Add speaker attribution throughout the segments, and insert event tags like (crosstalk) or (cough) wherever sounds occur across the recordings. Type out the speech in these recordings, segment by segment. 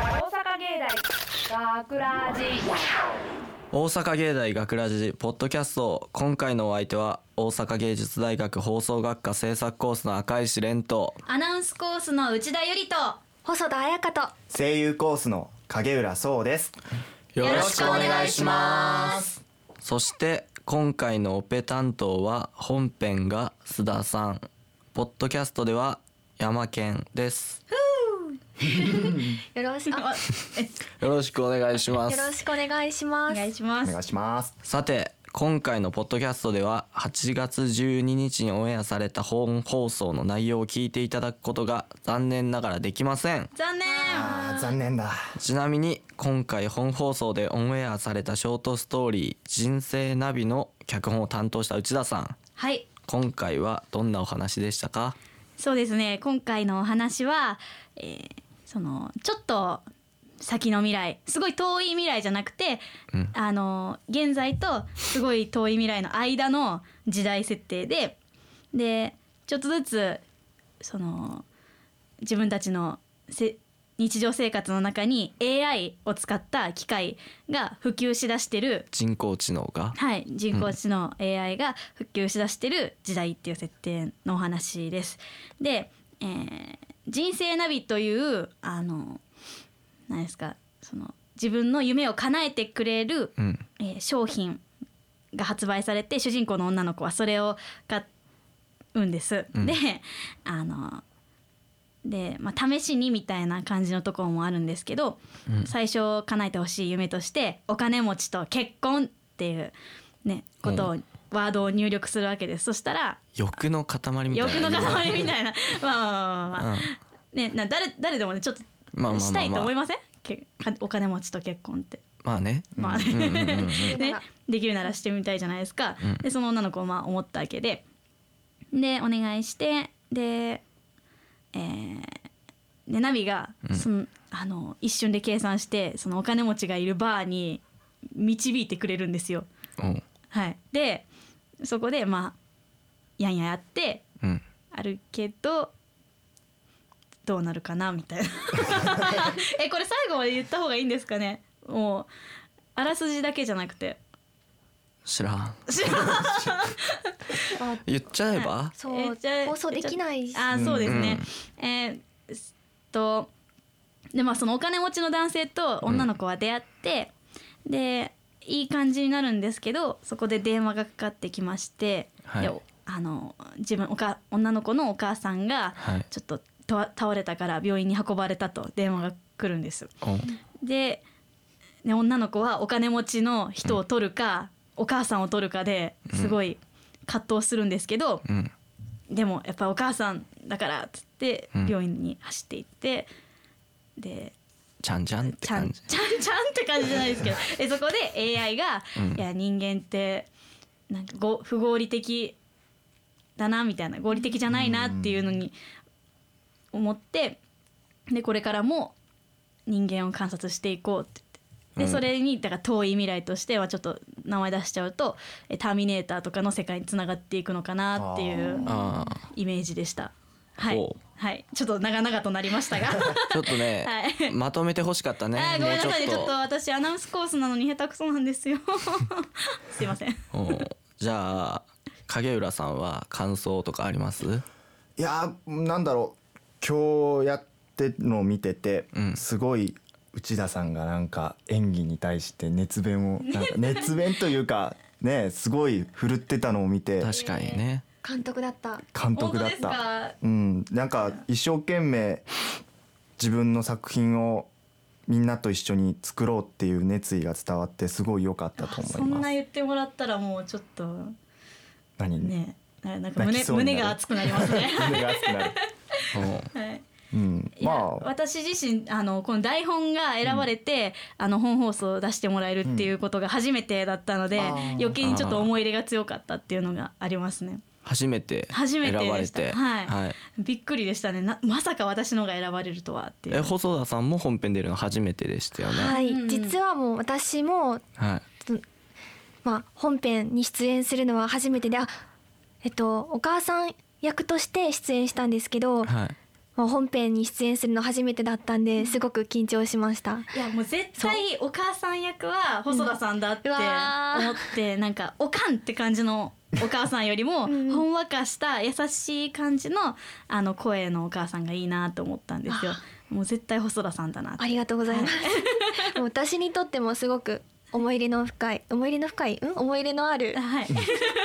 Speaker 1: 芸大学ラジ
Speaker 2: 大阪芸大学ラジポッドキャスト今回のお相手は大阪芸術大学放送学科制作コースの赤石蓮と
Speaker 3: アナウンスコースの内田ゆりと
Speaker 4: 細田彩香と
Speaker 5: 声優コースの影浦壮です
Speaker 2: よ
Speaker 3: ろしくお願いします
Speaker 2: そして今回のオペ担当は本編が須田さんポッドキャストでは山健です
Speaker 4: よろしくよ
Speaker 2: よろしくお願いします
Speaker 4: ろしくお願いしま
Speaker 3: お
Speaker 4: す。
Speaker 3: 願いしま
Speaker 5: お
Speaker 3: す
Speaker 5: 願いします
Speaker 2: さて今回のポッドキャストでは8月12日にオンエアされた本放送の内容を聞いていただくことが残念ながらできません
Speaker 3: 残念
Speaker 5: あー残念だ
Speaker 2: ちなみに今回本放送でオンエアされたショートストーリー「人生ナビ」の脚本を担当した内田さん
Speaker 3: はい
Speaker 2: 今回はどんなお話でしたか
Speaker 3: そうですね今回のお話は、えーそのちょっと先の未来すごい遠い未来じゃなくて、
Speaker 2: うん
Speaker 3: あの現在とすごい遠い未来の間の時代設定ででちょっとずつその自分たちのせ日常生活の中に AI を使った機械が普及しだしてる
Speaker 2: 人工知能が
Speaker 3: はい、人工知能 AI が普及しだしてる時代っていう設定のお話です。で、えー人生ナビというあの何ですかその自分の夢を叶えてくれる、
Speaker 2: うん
Speaker 3: えー商品が発売されて主人公の女の子はそれを買うんです。
Speaker 2: ん
Speaker 3: であので、まあ、試しにみたいな感じのところもあるんですけど、最初叶えてほしい夢としてお金持ちと結婚っていう、ね、ことを、ワードを入力するわけですそしたら
Speaker 2: 欲の塊みたいな
Speaker 3: 欲の塊み
Speaker 2: (laughs)
Speaker 3: たいなまあまあまあまあまあ、
Speaker 2: うん
Speaker 3: ね、な誰誰でもねちょっと
Speaker 2: まあまあまあまあ
Speaker 3: したいと思いません、けかお金持ちと結婚って。
Speaker 2: まあね
Speaker 3: まあね
Speaker 2: うんうんうんうん
Speaker 3: ね、できるならしてみたいじゃないですか、
Speaker 2: うん
Speaker 3: でその女の子はまあ思ったわけででお願いしてで,、えーでナビがその、あの一瞬で計算してそのお金持ちがいるバーに導いてくれるんですよ。
Speaker 2: うん
Speaker 3: はい、でそこでまあやんややって
Speaker 2: うん
Speaker 3: あるけどどうなるかなみ
Speaker 2: (laughs)
Speaker 3: たいなえこれ最後まで言った方がいいんですかねもうあらすじだけじゃなくて
Speaker 2: 知らん
Speaker 4: あ
Speaker 2: 言っちゃえば
Speaker 4: そう、
Speaker 3: えじゃあ
Speaker 4: 放送できないし。
Speaker 3: あーそうですね、えーすとでまあそのお金持ちの男性と女の子は出会って、でいい感じになるんですけどそこで電話がかかってきまして、
Speaker 2: はい
Speaker 3: であの自分おか女の子のお母さんが
Speaker 2: はい
Speaker 3: ちょっととわ倒れたから病院に運ばれたと電話が来るんです。
Speaker 2: うん
Speaker 3: で、ね、女の子はお金持ちの人を取るか、お母さんを取るかですごい葛藤するんですけど、
Speaker 2: うん
Speaker 3: でもやっぱお母さんだからっつって
Speaker 2: うん
Speaker 3: 病院に走って行って、で
Speaker 2: ちゃんちゃんって
Speaker 3: ちゃん
Speaker 2: 感
Speaker 3: ち
Speaker 2: じ
Speaker 3: ゃんちゃんって感じじゃないで
Speaker 2: (laughs)
Speaker 3: すけどえそこで AI が、
Speaker 2: うん
Speaker 3: いや人間ってなんかご不合理的だなみたいな合理的じゃないなっていうのに思ってでこれからも人間を観察していこうって言ってで
Speaker 2: うん
Speaker 3: それにだから遠い未来としてはちょっと名前出しちゃうと「えターミネーター」とかの世界につながっていくのかなっていう。
Speaker 2: ああ
Speaker 3: イメージでした。はい
Speaker 2: ほう。
Speaker 3: はい、ちょっと長々となりましたが。
Speaker 5: (laughs)
Speaker 2: ちょっとね、
Speaker 3: (laughs) はい
Speaker 2: まとめて欲しかったね
Speaker 3: あーごめんなさいね、ち
Speaker 2: もう
Speaker 3: ょっと私アナウンスコースなのに下手くそなんですよ。 (laughs) すいません。
Speaker 2: うんじゃあ影浦さんは感想とかあります
Speaker 5: いやーなんだろう今日やってのを見てて、
Speaker 2: うん
Speaker 5: すごい内田さんがなんか演技に対して熱弁を
Speaker 3: (laughs)
Speaker 5: なんか熱弁というかねすごい振るってたのを見て
Speaker 2: 確かにね、
Speaker 4: 監督だった。
Speaker 5: 監督
Speaker 3: 本当
Speaker 5: だった
Speaker 3: ですか
Speaker 5: うんなんか一生懸命自分の作品をみんなと一緒に作ろうっていう熱意が伝わってすごい良かったと思います
Speaker 3: そんな言ってもらったらもうちょっと
Speaker 5: 何 (laughs)
Speaker 3: ね、ななんか
Speaker 5: 泣
Speaker 3: 胸
Speaker 5: きそうになる
Speaker 3: 胸が熱くなります
Speaker 5: (laughs)
Speaker 3: ね。
Speaker 5: 胸が熱くなる、
Speaker 2: うん
Speaker 3: はい。
Speaker 5: うん、
Speaker 3: いや
Speaker 5: まあ
Speaker 3: 私自身あのこの台本が選ばれて、あの本放送を出してもらえるっていうことが初めてだったので、
Speaker 5: あー
Speaker 3: 余計にちょっと思い入れが強かったっていうのがありますね。
Speaker 2: 初めて
Speaker 3: 初め
Speaker 2: 選
Speaker 3: て
Speaker 2: ば
Speaker 3: で
Speaker 2: れ
Speaker 3: した
Speaker 2: て
Speaker 3: はい (laughs) びっくりでしたねなまさか私のが選ばれるとはってい
Speaker 2: え
Speaker 3: う
Speaker 2: 細田さんも本編出るの初めてでしたよね
Speaker 4: は
Speaker 2: はい、
Speaker 4: い、
Speaker 3: うん
Speaker 4: 実はもう私も、まあ、本編に出演するのは初めてで、あ、えっと、お母さん役として出演したんですけど。
Speaker 2: はい
Speaker 4: まもう本編に出演するの初めてだったんですごく緊張しました。
Speaker 3: いやもう絶対お母さん役は細田さんだって
Speaker 4: うんう
Speaker 3: 思
Speaker 4: わー
Speaker 3: ってなんかおかんって感じのお母さんよりも
Speaker 4: うん
Speaker 3: ほんわかした優しい感じのあの声のお母さんがいいなと思ったんですよ。もう絶対細田さんだなって
Speaker 4: ありがとうございます。 (laughs) もう私にとってもすごく思い入れの深い思い入れの深い、うん、思い入れのある
Speaker 3: はい。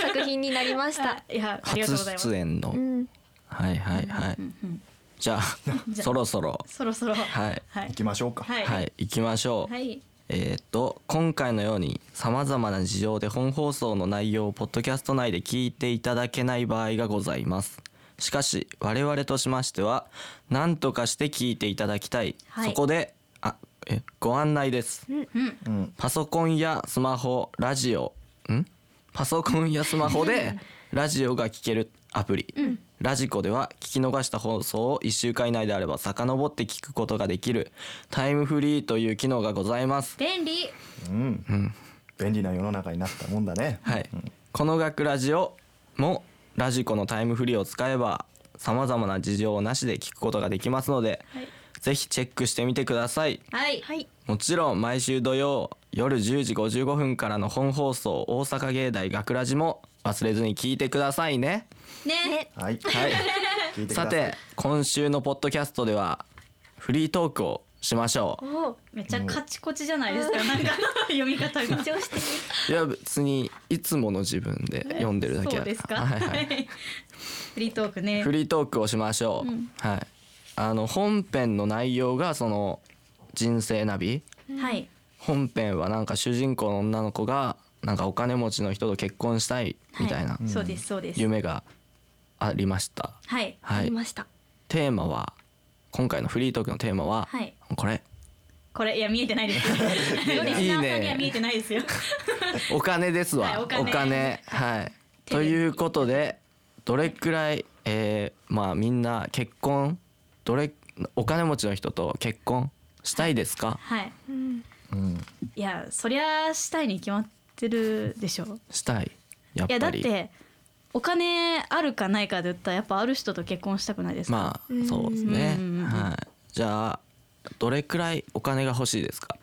Speaker 4: 作品になりました。
Speaker 3: (laughs) いやありがとう
Speaker 2: 初
Speaker 3: ございます。
Speaker 2: 出演の、
Speaker 4: うん、
Speaker 2: はいはいはい、
Speaker 3: うんうん
Speaker 2: じゃあ
Speaker 3: (laughs) じゃあ
Speaker 2: そろそろ
Speaker 3: そろそろは
Speaker 2: はい
Speaker 3: はい
Speaker 5: 行きましょうか。
Speaker 3: はい
Speaker 2: はい行きましょう、
Speaker 3: はい
Speaker 2: えーっと今回のようにさまざまな事情で本放送の内容をポッドキャスト内で聞いていただけない場合がございますしかし我々としましては何とかして聞いていただきたい、
Speaker 3: はい
Speaker 2: そこであえご案内です
Speaker 3: うん
Speaker 5: うん。
Speaker 2: パソコンやスマホラジオんパソコンやスマホ
Speaker 3: (laughs)
Speaker 2: でラジオが聴けるアプリ、ラジコでは聞き逃した放送を1週間以内であれば遡って聞くことができるタイムフリーという機能がございます
Speaker 3: 便利
Speaker 5: うん。便利な世の中になったもんだね。
Speaker 2: はい、この学ラジオもラジコのタイムフリーを使えばさまざまな事情なしで聞くことができますので、
Speaker 3: はい
Speaker 2: ぜひチェックしてみてください
Speaker 3: はい
Speaker 4: はい、
Speaker 2: もちろん毎週土曜夜10時55分からの本放送大阪芸大学ラジも忘れずに聞いてくださいね
Speaker 3: ね
Speaker 5: はい。
Speaker 3: (laughs)
Speaker 2: はい
Speaker 5: 聞いてくださ
Speaker 2: さ
Speaker 5: い。
Speaker 2: て今週のポッドキャストではフリートークをしまし
Speaker 3: (laughs)
Speaker 2: ょ
Speaker 3: おめっちゃカチコチじゃないですかなんか (laughs) 読み方が
Speaker 4: 緊張してる。
Speaker 2: ういや別にいつもの自分で読んでるだけ
Speaker 3: そう
Speaker 2: だ
Speaker 3: ですか。
Speaker 2: はいはい
Speaker 3: フリートークね
Speaker 2: フ。リートークをしましょう、はいあの本編の内容がその人生ナビ
Speaker 3: はい。
Speaker 2: 本編はなんか主人公の女の子がなんかお金持ちの人と結婚したいみたいな
Speaker 3: はそうですそうです。
Speaker 2: 夢がありました、
Speaker 3: はい
Speaker 4: あ
Speaker 2: は
Speaker 4: り
Speaker 2: い
Speaker 4: ました。
Speaker 2: テーマは今回のフリートークのテーマは、
Speaker 3: はい。
Speaker 2: これ
Speaker 3: これいや見えてな
Speaker 2: (laughs)
Speaker 3: いですよ。リスナーさんには見えてないですよ。
Speaker 2: お金ですわ、
Speaker 3: はい
Speaker 2: お
Speaker 3: お
Speaker 2: 金
Speaker 3: 金
Speaker 2: はい
Speaker 3: テレ
Speaker 2: と
Speaker 3: ビ
Speaker 2: いうことでどれくらい、えーまあみんな結婚どれお金持ちの人と結婚したいですか、
Speaker 3: はい。
Speaker 4: うん、
Speaker 5: うん。
Speaker 3: いやそりゃしたいに決まってるでしょう。
Speaker 2: したいやっ
Speaker 3: いや
Speaker 2: ぱ
Speaker 3: だっ
Speaker 2: り
Speaker 3: てお金あるかないかで言ったらやっぱある人と結婚したくないですか。
Speaker 2: まあそうですね
Speaker 3: うん
Speaker 2: はいじゃあどれくらいお金が欲しいですか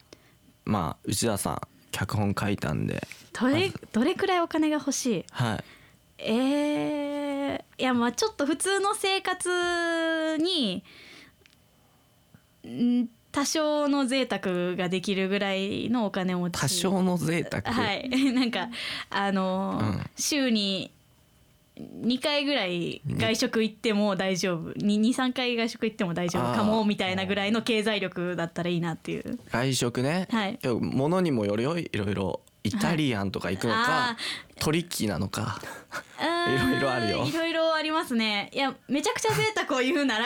Speaker 2: まあ内田さん脚本書いたんで
Speaker 3: どれどれくらいお金が欲しい。
Speaker 2: はい
Speaker 3: えー、いやまあちょっと普通の生活にん多少の贅沢ができるぐらいのお金持ち
Speaker 2: 多少の贅沢
Speaker 3: はい (laughs) なんかあのー
Speaker 2: うん
Speaker 3: 週に2回ぐらい外食行っても大丈夫23回外食行っても大丈夫か
Speaker 2: あー
Speaker 3: もみたいなぐらいの経済力だったらいいなっていう
Speaker 2: 外食ね、
Speaker 3: はい
Speaker 2: でも物にもよるよいろいろイタリアンとか行くのか、
Speaker 3: あ
Speaker 2: トリッキーなのか
Speaker 3: い
Speaker 2: いろいろあるよ
Speaker 3: いろいろありますね。いや、めちゃくちゃ贅沢を言うな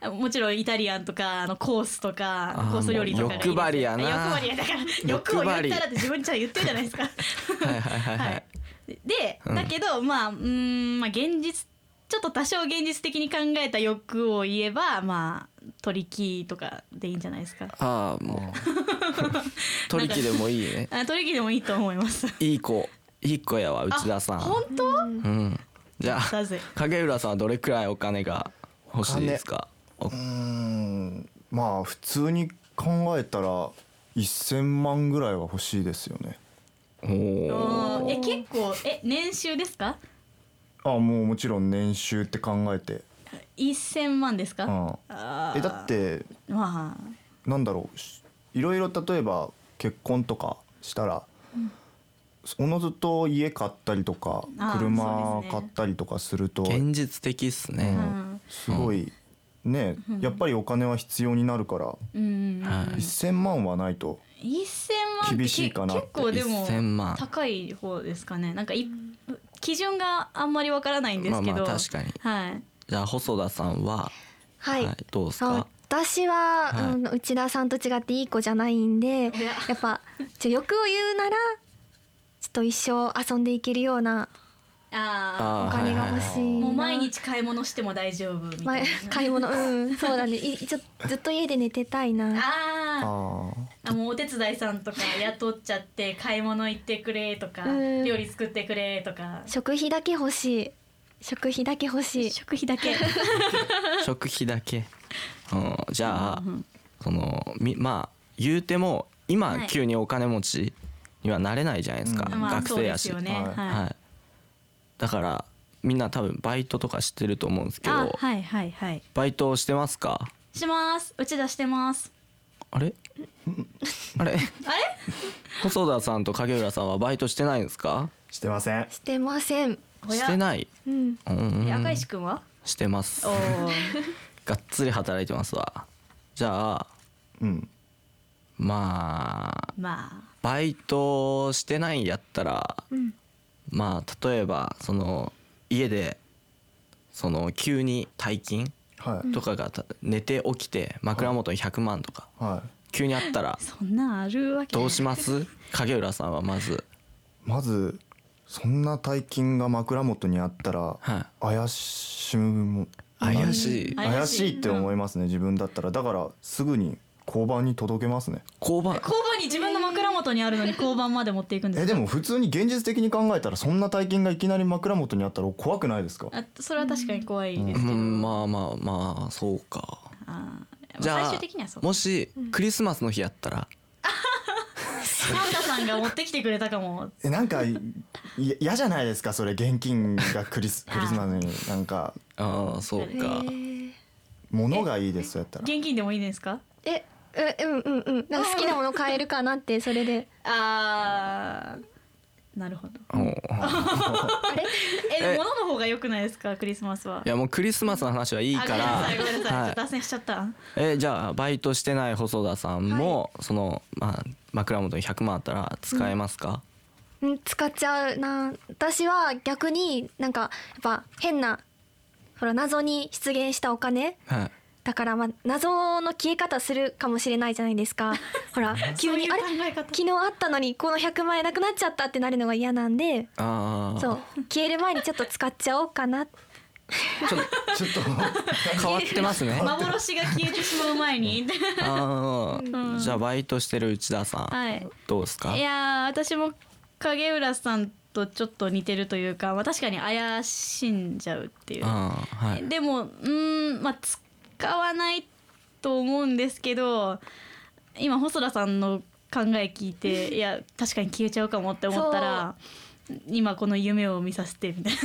Speaker 3: ら、もちろんイタリアンとか、あのコースとか
Speaker 2: あー、
Speaker 3: コース料理とかがいいですよ。
Speaker 2: もう欲張りやな
Speaker 3: 欲張りやだから、
Speaker 2: 欲
Speaker 3: 欲
Speaker 2: 張
Speaker 3: を
Speaker 2: り
Speaker 3: 言ったらって自分ちゃん言ってるじゃないです
Speaker 2: (laughs)
Speaker 3: か。
Speaker 2: はいはいはいはい、
Speaker 3: はいで、だけど、まあ、うーん、まあ、現実。ちょっと多少現実的に考えた欲を言えば、まあ、取り木とかでいいんじゃないですか。
Speaker 2: ああもう
Speaker 3: (laughs)
Speaker 2: トリッキーでもいいね
Speaker 3: あ、取り木でもいいと思います。
Speaker 2: いい子いい子やわ内田さん
Speaker 3: 本当。
Speaker 2: うんじゃあ
Speaker 3: だぜ。
Speaker 2: 影浦さんはどれくらいお金が欲しいですかお
Speaker 5: うーんまあ普通に考えたら1000万ぐらいは欲しいですよね
Speaker 2: おー
Speaker 3: おーえ、結構、え、年収ですか。
Speaker 5: あもうもちろん年収って考えて、
Speaker 3: 一千万ですか。
Speaker 5: うん、
Speaker 3: あー
Speaker 5: えだって
Speaker 3: ま
Speaker 5: なんだろうしいろいろ例えば結婚とかしたら、おのずと家買ったりとか
Speaker 3: あーそう
Speaker 5: 車
Speaker 3: ですね
Speaker 5: 買ったりとかすると
Speaker 2: 現実的っす
Speaker 5: う
Speaker 2: ね、
Speaker 5: んすごいねやっぱりお金は必要になるから
Speaker 3: あうん
Speaker 2: はい
Speaker 5: 1000万はないと
Speaker 3: 1000万って
Speaker 5: 厳しいかなって
Speaker 3: 結構でも
Speaker 2: 1000万
Speaker 3: 高い方ですかねなんかい基準があんまりわからないんですけど、
Speaker 2: まあまあ確かに
Speaker 3: はい
Speaker 2: じゃあ細田さんは、
Speaker 4: はい。
Speaker 2: どうです
Speaker 4: あ
Speaker 2: か
Speaker 4: 私は、
Speaker 2: はい
Speaker 4: うん内田さんと違っていい子じゃないんでや
Speaker 3: や
Speaker 4: っぱちょ欲を言うならちょっと一生遊んでいけるような
Speaker 3: あ
Speaker 2: あー
Speaker 4: お金が欲し
Speaker 3: あ
Speaker 4: いな
Speaker 3: もう毎日買い物しても大丈夫みた (laughs)
Speaker 4: ま
Speaker 3: い
Speaker 4: 買い物うんそうだねいちょずっと家で寝てたい
Speaker 3: な
Speaker 4: な
Speaker 5: あ
Speaker 3: あー
Speaker 5: ー
Speaker 3: あもうお手伝いさんとか雇っちゃって買い物行ってくれとか
Speaker 4: うん
Speaker 3: 料理作ってくれとか
Speaker 4: 食費だけ欲しい食費だけ欲しい
Speaker 3: 食費だけ
Speaker 2: 食費だけうん、じゃあ、そのみまあ言うても今、
Speaker 3: はい
Speaker 2: 急にお金持ちにはなれないじゃないですか、
Speaker 5: うん
Speaker 3: まあ
Speaker 2: 学生やし、
Speaker 3: そうですよね
Speaker 5: はい
Speaker 2: は、
Speaker 3: はい
Speaker 2: だからみんな多分バイトとかしてると思うんです
Speaker 3: い
Speaker 2: けど、
Speaker 3: あはいはいはい
Speaker 2: バイトしてますか
Speaker 3: しますうち出してます
Speaker 2: あれあれ
Speaker 3: あれ
Speaker 2: 細田さんと影浦さんはバイトしてないんですか
Speaker 5: してません
Speaker 4: してません。
Speaker 3: お
Speaker 2: し
Speaker 3: や
Speaker 2: てない、
Speaker 4: うん。
Speaker 2: うんうん
Speaker 3: え
Speaker 2: うん
Speaker 3: 赤石く
Speaker 2: (laughs)
Speaker 3: んは
Speaker 2: してます
Speaker 3: おお
Speaker 2: がっつり働いてますわじゃあ
Speaker 5: うん
Speaker 2: まあ
Speaker 3: ま
Speaker 2: バイトしてないんやったら、
Speaker 4: ん
Speaker 2: まあ例えばその家でその急に大金
Speaker 5: は
Speaker 2: とかがた寝て起きて枕元に100万とか
Speaker 5: いは
Speaker 2: 急にあったら
Speaker 3: あそんなんあるわけ
Speaker 2: どうします影浦さんはまず
Speaker 5: いまずそんな大金が枕元にあったら
Speaker 2: はい
Speaker 5: 怪しむも
Speaker 2: 怪しい
Speaker 3: あ
Speaker 5: 怪しいって思いますね自分だったらだからすぐに交番に届けますね
Speaker 2: 交番
Speaker 3: 交番に自分の枕元にあるのに交番まで持っていくんです
Speaker 5: え
Speaker 3: か
Speaker 5: でも普通に現実的に考えたらそんな大金がいきなり枕元にあったら怖くないですか
Speaker 3: あそれは確かに怖いですけ
Speaker 2: う
Speaker 3: ど、
Speaker 2: んまあまあまあそうか
Speaker 3: あー
Speaker 2: じゃあ
Speaker 3: 最終的にはそう
Speaker 2: もしクリスマスの日やったら
Speaker 3: サンタさんが持ってきてくれたかも
Speaker 5: えなんかいい嫌じゃないですかそれ現金がクリスクリスマスになんか
Speaker 2: ああそうか
Speaker 4: えー
Speaker 5: 物がいいですそうやったら
Speaker 3: 現金でもいいですか
Speaker 4: え、ううんうんうん。なんか好きなもの買えるかなってそれで。
Speaker 3: あーなるほど
Speaker 2: おう
Speaker 3: え
Speaker 2: え
Speaker 3: 物の方が良くないですかクリスマスはい
Speaker 2: やもうクリスマスの話はいい
Speaker 3: あ
Speaker 2: から
Speaker 3: ごめんなさいごめんなさ
Speaker 2: はい
Speaker 3: い、ちょっと脱線しちゃった
Speaker 2: えーじゃあバイトしてない細田さんも、その、まあ、枕元に100万あったら使えますか、
Speaker 4: うん、使っちゃうな私は逆になんかやっぱ変なほら謎に出現したお金
Speaker 2: はい
Speaker 4: だからまあ謎の消え方するかもしれないじゃないで
Speaker 3: (laughs)
Speaker 4: すかほら急に
Speaker 3: そ
Speaker 4: あ
Speaker 3: う
Speaker 4: れ
Speaker 3: いう
Speaker 2: (laughs)
Speaker 3: 考え方
Speaker 4: 昨日あったのにこの100万円なくなっちゃったってなるのが嫌なんで
Speaker 2: ああ
Speaker 4: そう消える前にちょっと使っちゃおうかな
Speaker 2: ちょっ
Speaker 5: ちょっと
Speaker 2: と変わってます
Speaker 3: (laughs)
Speaker 2: ね
Speaker 3: 幻が消えてしまう前に
Speaker 2: (laughs) あ
Speaker 3: う
Speaker 2: あ
Speaker 3: ん
Speaker 2: じゃあバイトしてる内田さん、
Speaker 3: はい
Speaker 2: どうですか
Speaker 3: いやー私も影浦さんとちょっと似てるというか、まあ、確かに怪しんじゃうっていう
Speaker 2: あーはい
Speaker 3: でもうーんまあ使わないと思うんですけど今細田さんの考え聞いていや確かに消えちゃうかもって思ったら今この夢を見させてみたいな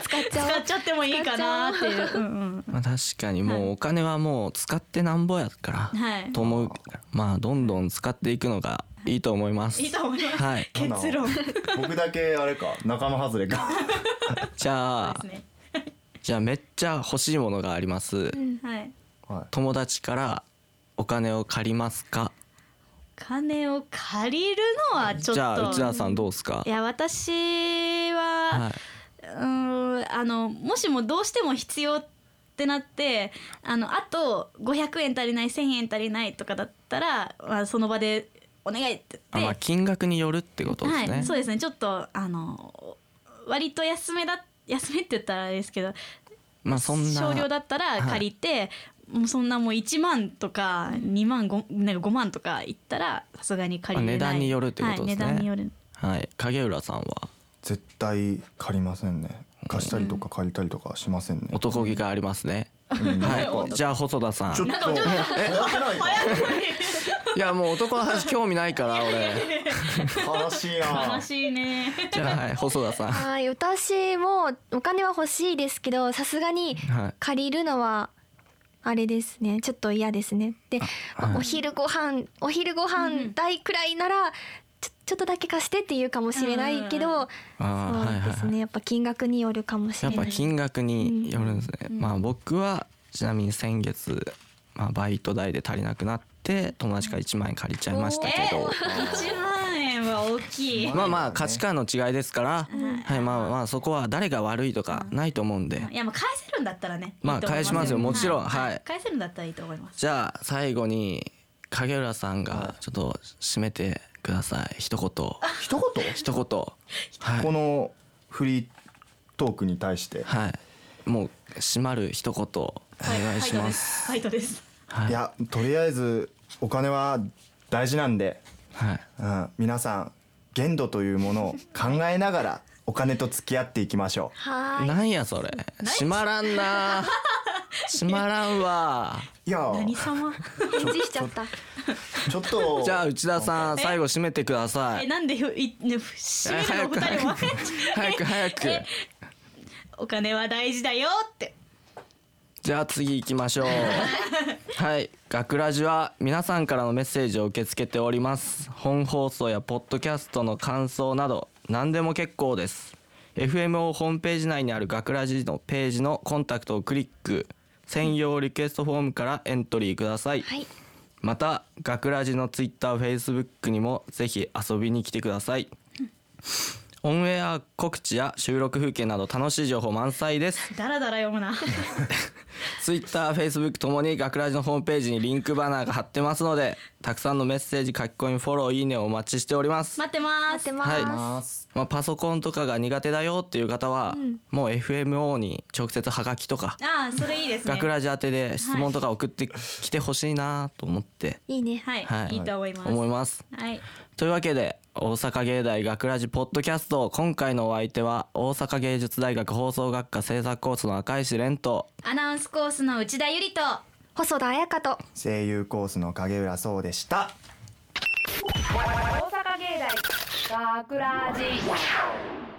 Speaker 4: 使っちゃおう
Speaker 3: 使っちゃってもいいかなっていううん
Speaker 2: まあ、確かにもうお金はもう使ってなんぼやから、
Speaker 3: うんはい
Speaker 2: と思うからまあどんどん使っていくのがいいと思います
Speaker 3: いいと思います、
Speaker 2: はい
Speaker 3: 結論で
Speaker 5: 僕だけあれか仲間外れか
Speaker 2: じゃあ
Speaker 3: すね
Speaker 2: じゃあめっちゃ欲しいものがあります、
Speaker 3: はい
Speaker 5: は
Speaker 2: 友達からお金を借りますか
Speaker 3: お金を借りるのはちょっと
Speaker 2: じゃあ内田さんどうですか
Speaker 3: いや私は、
Speaker 2: はいう
Speaker 3: ーんあのもしもどうしても必要ってなってあのあと500円足りない1,000円足りないとかだったら、まあ、その場でお願いって
Speaker 2: あ
Speaker 3: 言
Speaker 2: ま
Speaker 3: っ
Speaker 2: あ
Speaker 3: て、
Speaker 2: 金額によるってことですね。
Speaker 3: はい、そうですねちょっとあの割と安めだ安めって言ったらあれですけど
Speaker 2: まあそんな
Speaker 3: 少量だったら借りて、もうそんなもう1万とか2万 5, なんか5万とかいったらさすがに借りれない
Speaker 2: あ値段によるってことですね
Speaker 3: はい、値段による
Speaker 2: はい影浦さんは
Speaker 5: 絶対借りませんね貸したりとか借りたりとかはしませんね、
Speaker 2: 男気がありますね。
Speaker 5: うん
Speaker 2: はいじゃあ細田さん
Speaker 5: ちょっ。と怖くないか
Speaker 2: いやもう男の話興味ないから俺。
Speaker 5: 悲しいな
Speaker 3: 悲しいね
Speaker 2: じゃあはい細田さん。は
Speaker 4: はい私もお金は欲しいですけどさすがに
Speaker 2: い。
Speaker 4: 借りるのはあれですねちょっと嫌ですねで、
Speaker 2: はい
Speaker 4: お昼ご飯お昼ご飯代くらいならちょちょっとだけ貸してって言うかもしれないけど、
Speaker 2: あーはい
Speaker 4: そうです
Speaker 2: はい
Speaker 4: ね、
Speaker 2: はい。
Speaker 4: やっぱ金額によるかもし
Speaker 2: や
Speaker 4: れ
Speaker 2: っ
Speaker 4: ない
Speaker 2: ぱ金額によるんですね。まあ僕はちなみに先月まあバイト代で足りなくなって友達から1万円借りちゃいましたけど。
Speaker 3: 1万円は大きい。
Speaker 2: まあまあ価値観の違いですから、はいまあまあそこは誰が悪いとかないと思うんで、
Speaker 3: いやまあ返せるんだったらね。
Speaker 2: まあ
Speaker 3: いいと思い
Speaker 2: 返しますよもちろんはい
Speaker 3: 返せるんだったらいいと思います。
Speaker 2: じゃあ最後に影浦さんがちょっと締めてください一言
Speaker 5: 一言
Speaker 2: 一言はい
Speaker 5: こ、のフリートークに対して、
Speaker 2: はい、もう締まる一言お願いします、
Speaker 3: ファイトです。
Speaker 2: はい
Speaker 5: い、やとりあえずお金は大事なんで、
Speaker 2: はい、
Speaker 5: うん、皆さん限度というものを考えながらお金と付き合っていきましょう
Speaker 4: はー
Speaker 3: (laughs)
Speaker 4: い
Speaker 2: なんやそれ締まらんなつまらんわ
Speaker 5: いや
Speaker 3: 何様
Speaker 4: 返事しちゃった
Speaker 5: ちょっ
Speaker 2: (laughs)
Speaker 5: と
Speaker 2: じゃあ内田さん最後締めてくださ
Speaker 3: え
Speaker 2: い
Speaker 3: なんでふいねふ締める
Speaker 2: 早
Speaker 3: の
Speaker 2: く
Speaker 3: 二人も分かっちゃう
Speaker 2: 早く早く
Speaker 3: (laughs) お金は大事だよって
Speaker 2: じゃあ次行きましょう
Speaker 3: (laughs)
Speaker 2: はい学ラジは皆さんからのメッセージを受け付けております本放送やポッドキャストの感想など何でも結構です FMO ホームページ内にある学ラジのページのコンタクトをクリック専用リクエストフォームからエントリーください、
Speaker 4: はい
Speaker 2: また学ラジのツイッターフェイスブックにもぜひ遊びに来てください、オンエア告知や収録風景など楽しい情報満載です
Speaker 3: だらだら読
Speaker 2: (laughs)
Speaker 3: むな
Speaker 2: ツイッター、フェイスブックともに学ラジのホームページにリンクバナーが貼ってますので、たくさんのメッセージ、書き込み、フォロー、いいねをお待ちしております。
Speaker 3: 待ってま
Speaker 4: 待っ
Speaker 3: す
Speaker 4: てます、
Speaker 2: はまあ、パソコンとかが苦手だよっていう方は、もう FMO に直接ハガキとか、
Speaker 3: ああそれいいですね
Speaker 2: 学ラジ宛てで質問とか送ってきてほしいなと思って、
Speaker 4: いいね
Speaker 3: はい、
Speaker 2: はい
Speaker 3: い、いと思います、
Speaker 2: 思います。
Speaker 3: はい
Speaker 2: というわけで大阪芸大学ラジポッドキャスト今回のお相手は大阪芸術大学放送学科制作コースの赤石蓮と
Speaker 3: アナウンスコースの内田ゆりと
Speaker 4: 細田彩香と
Speaker 5: 声優コースの影浦壮でした
Speaker 1: 大阪芸大学ラジ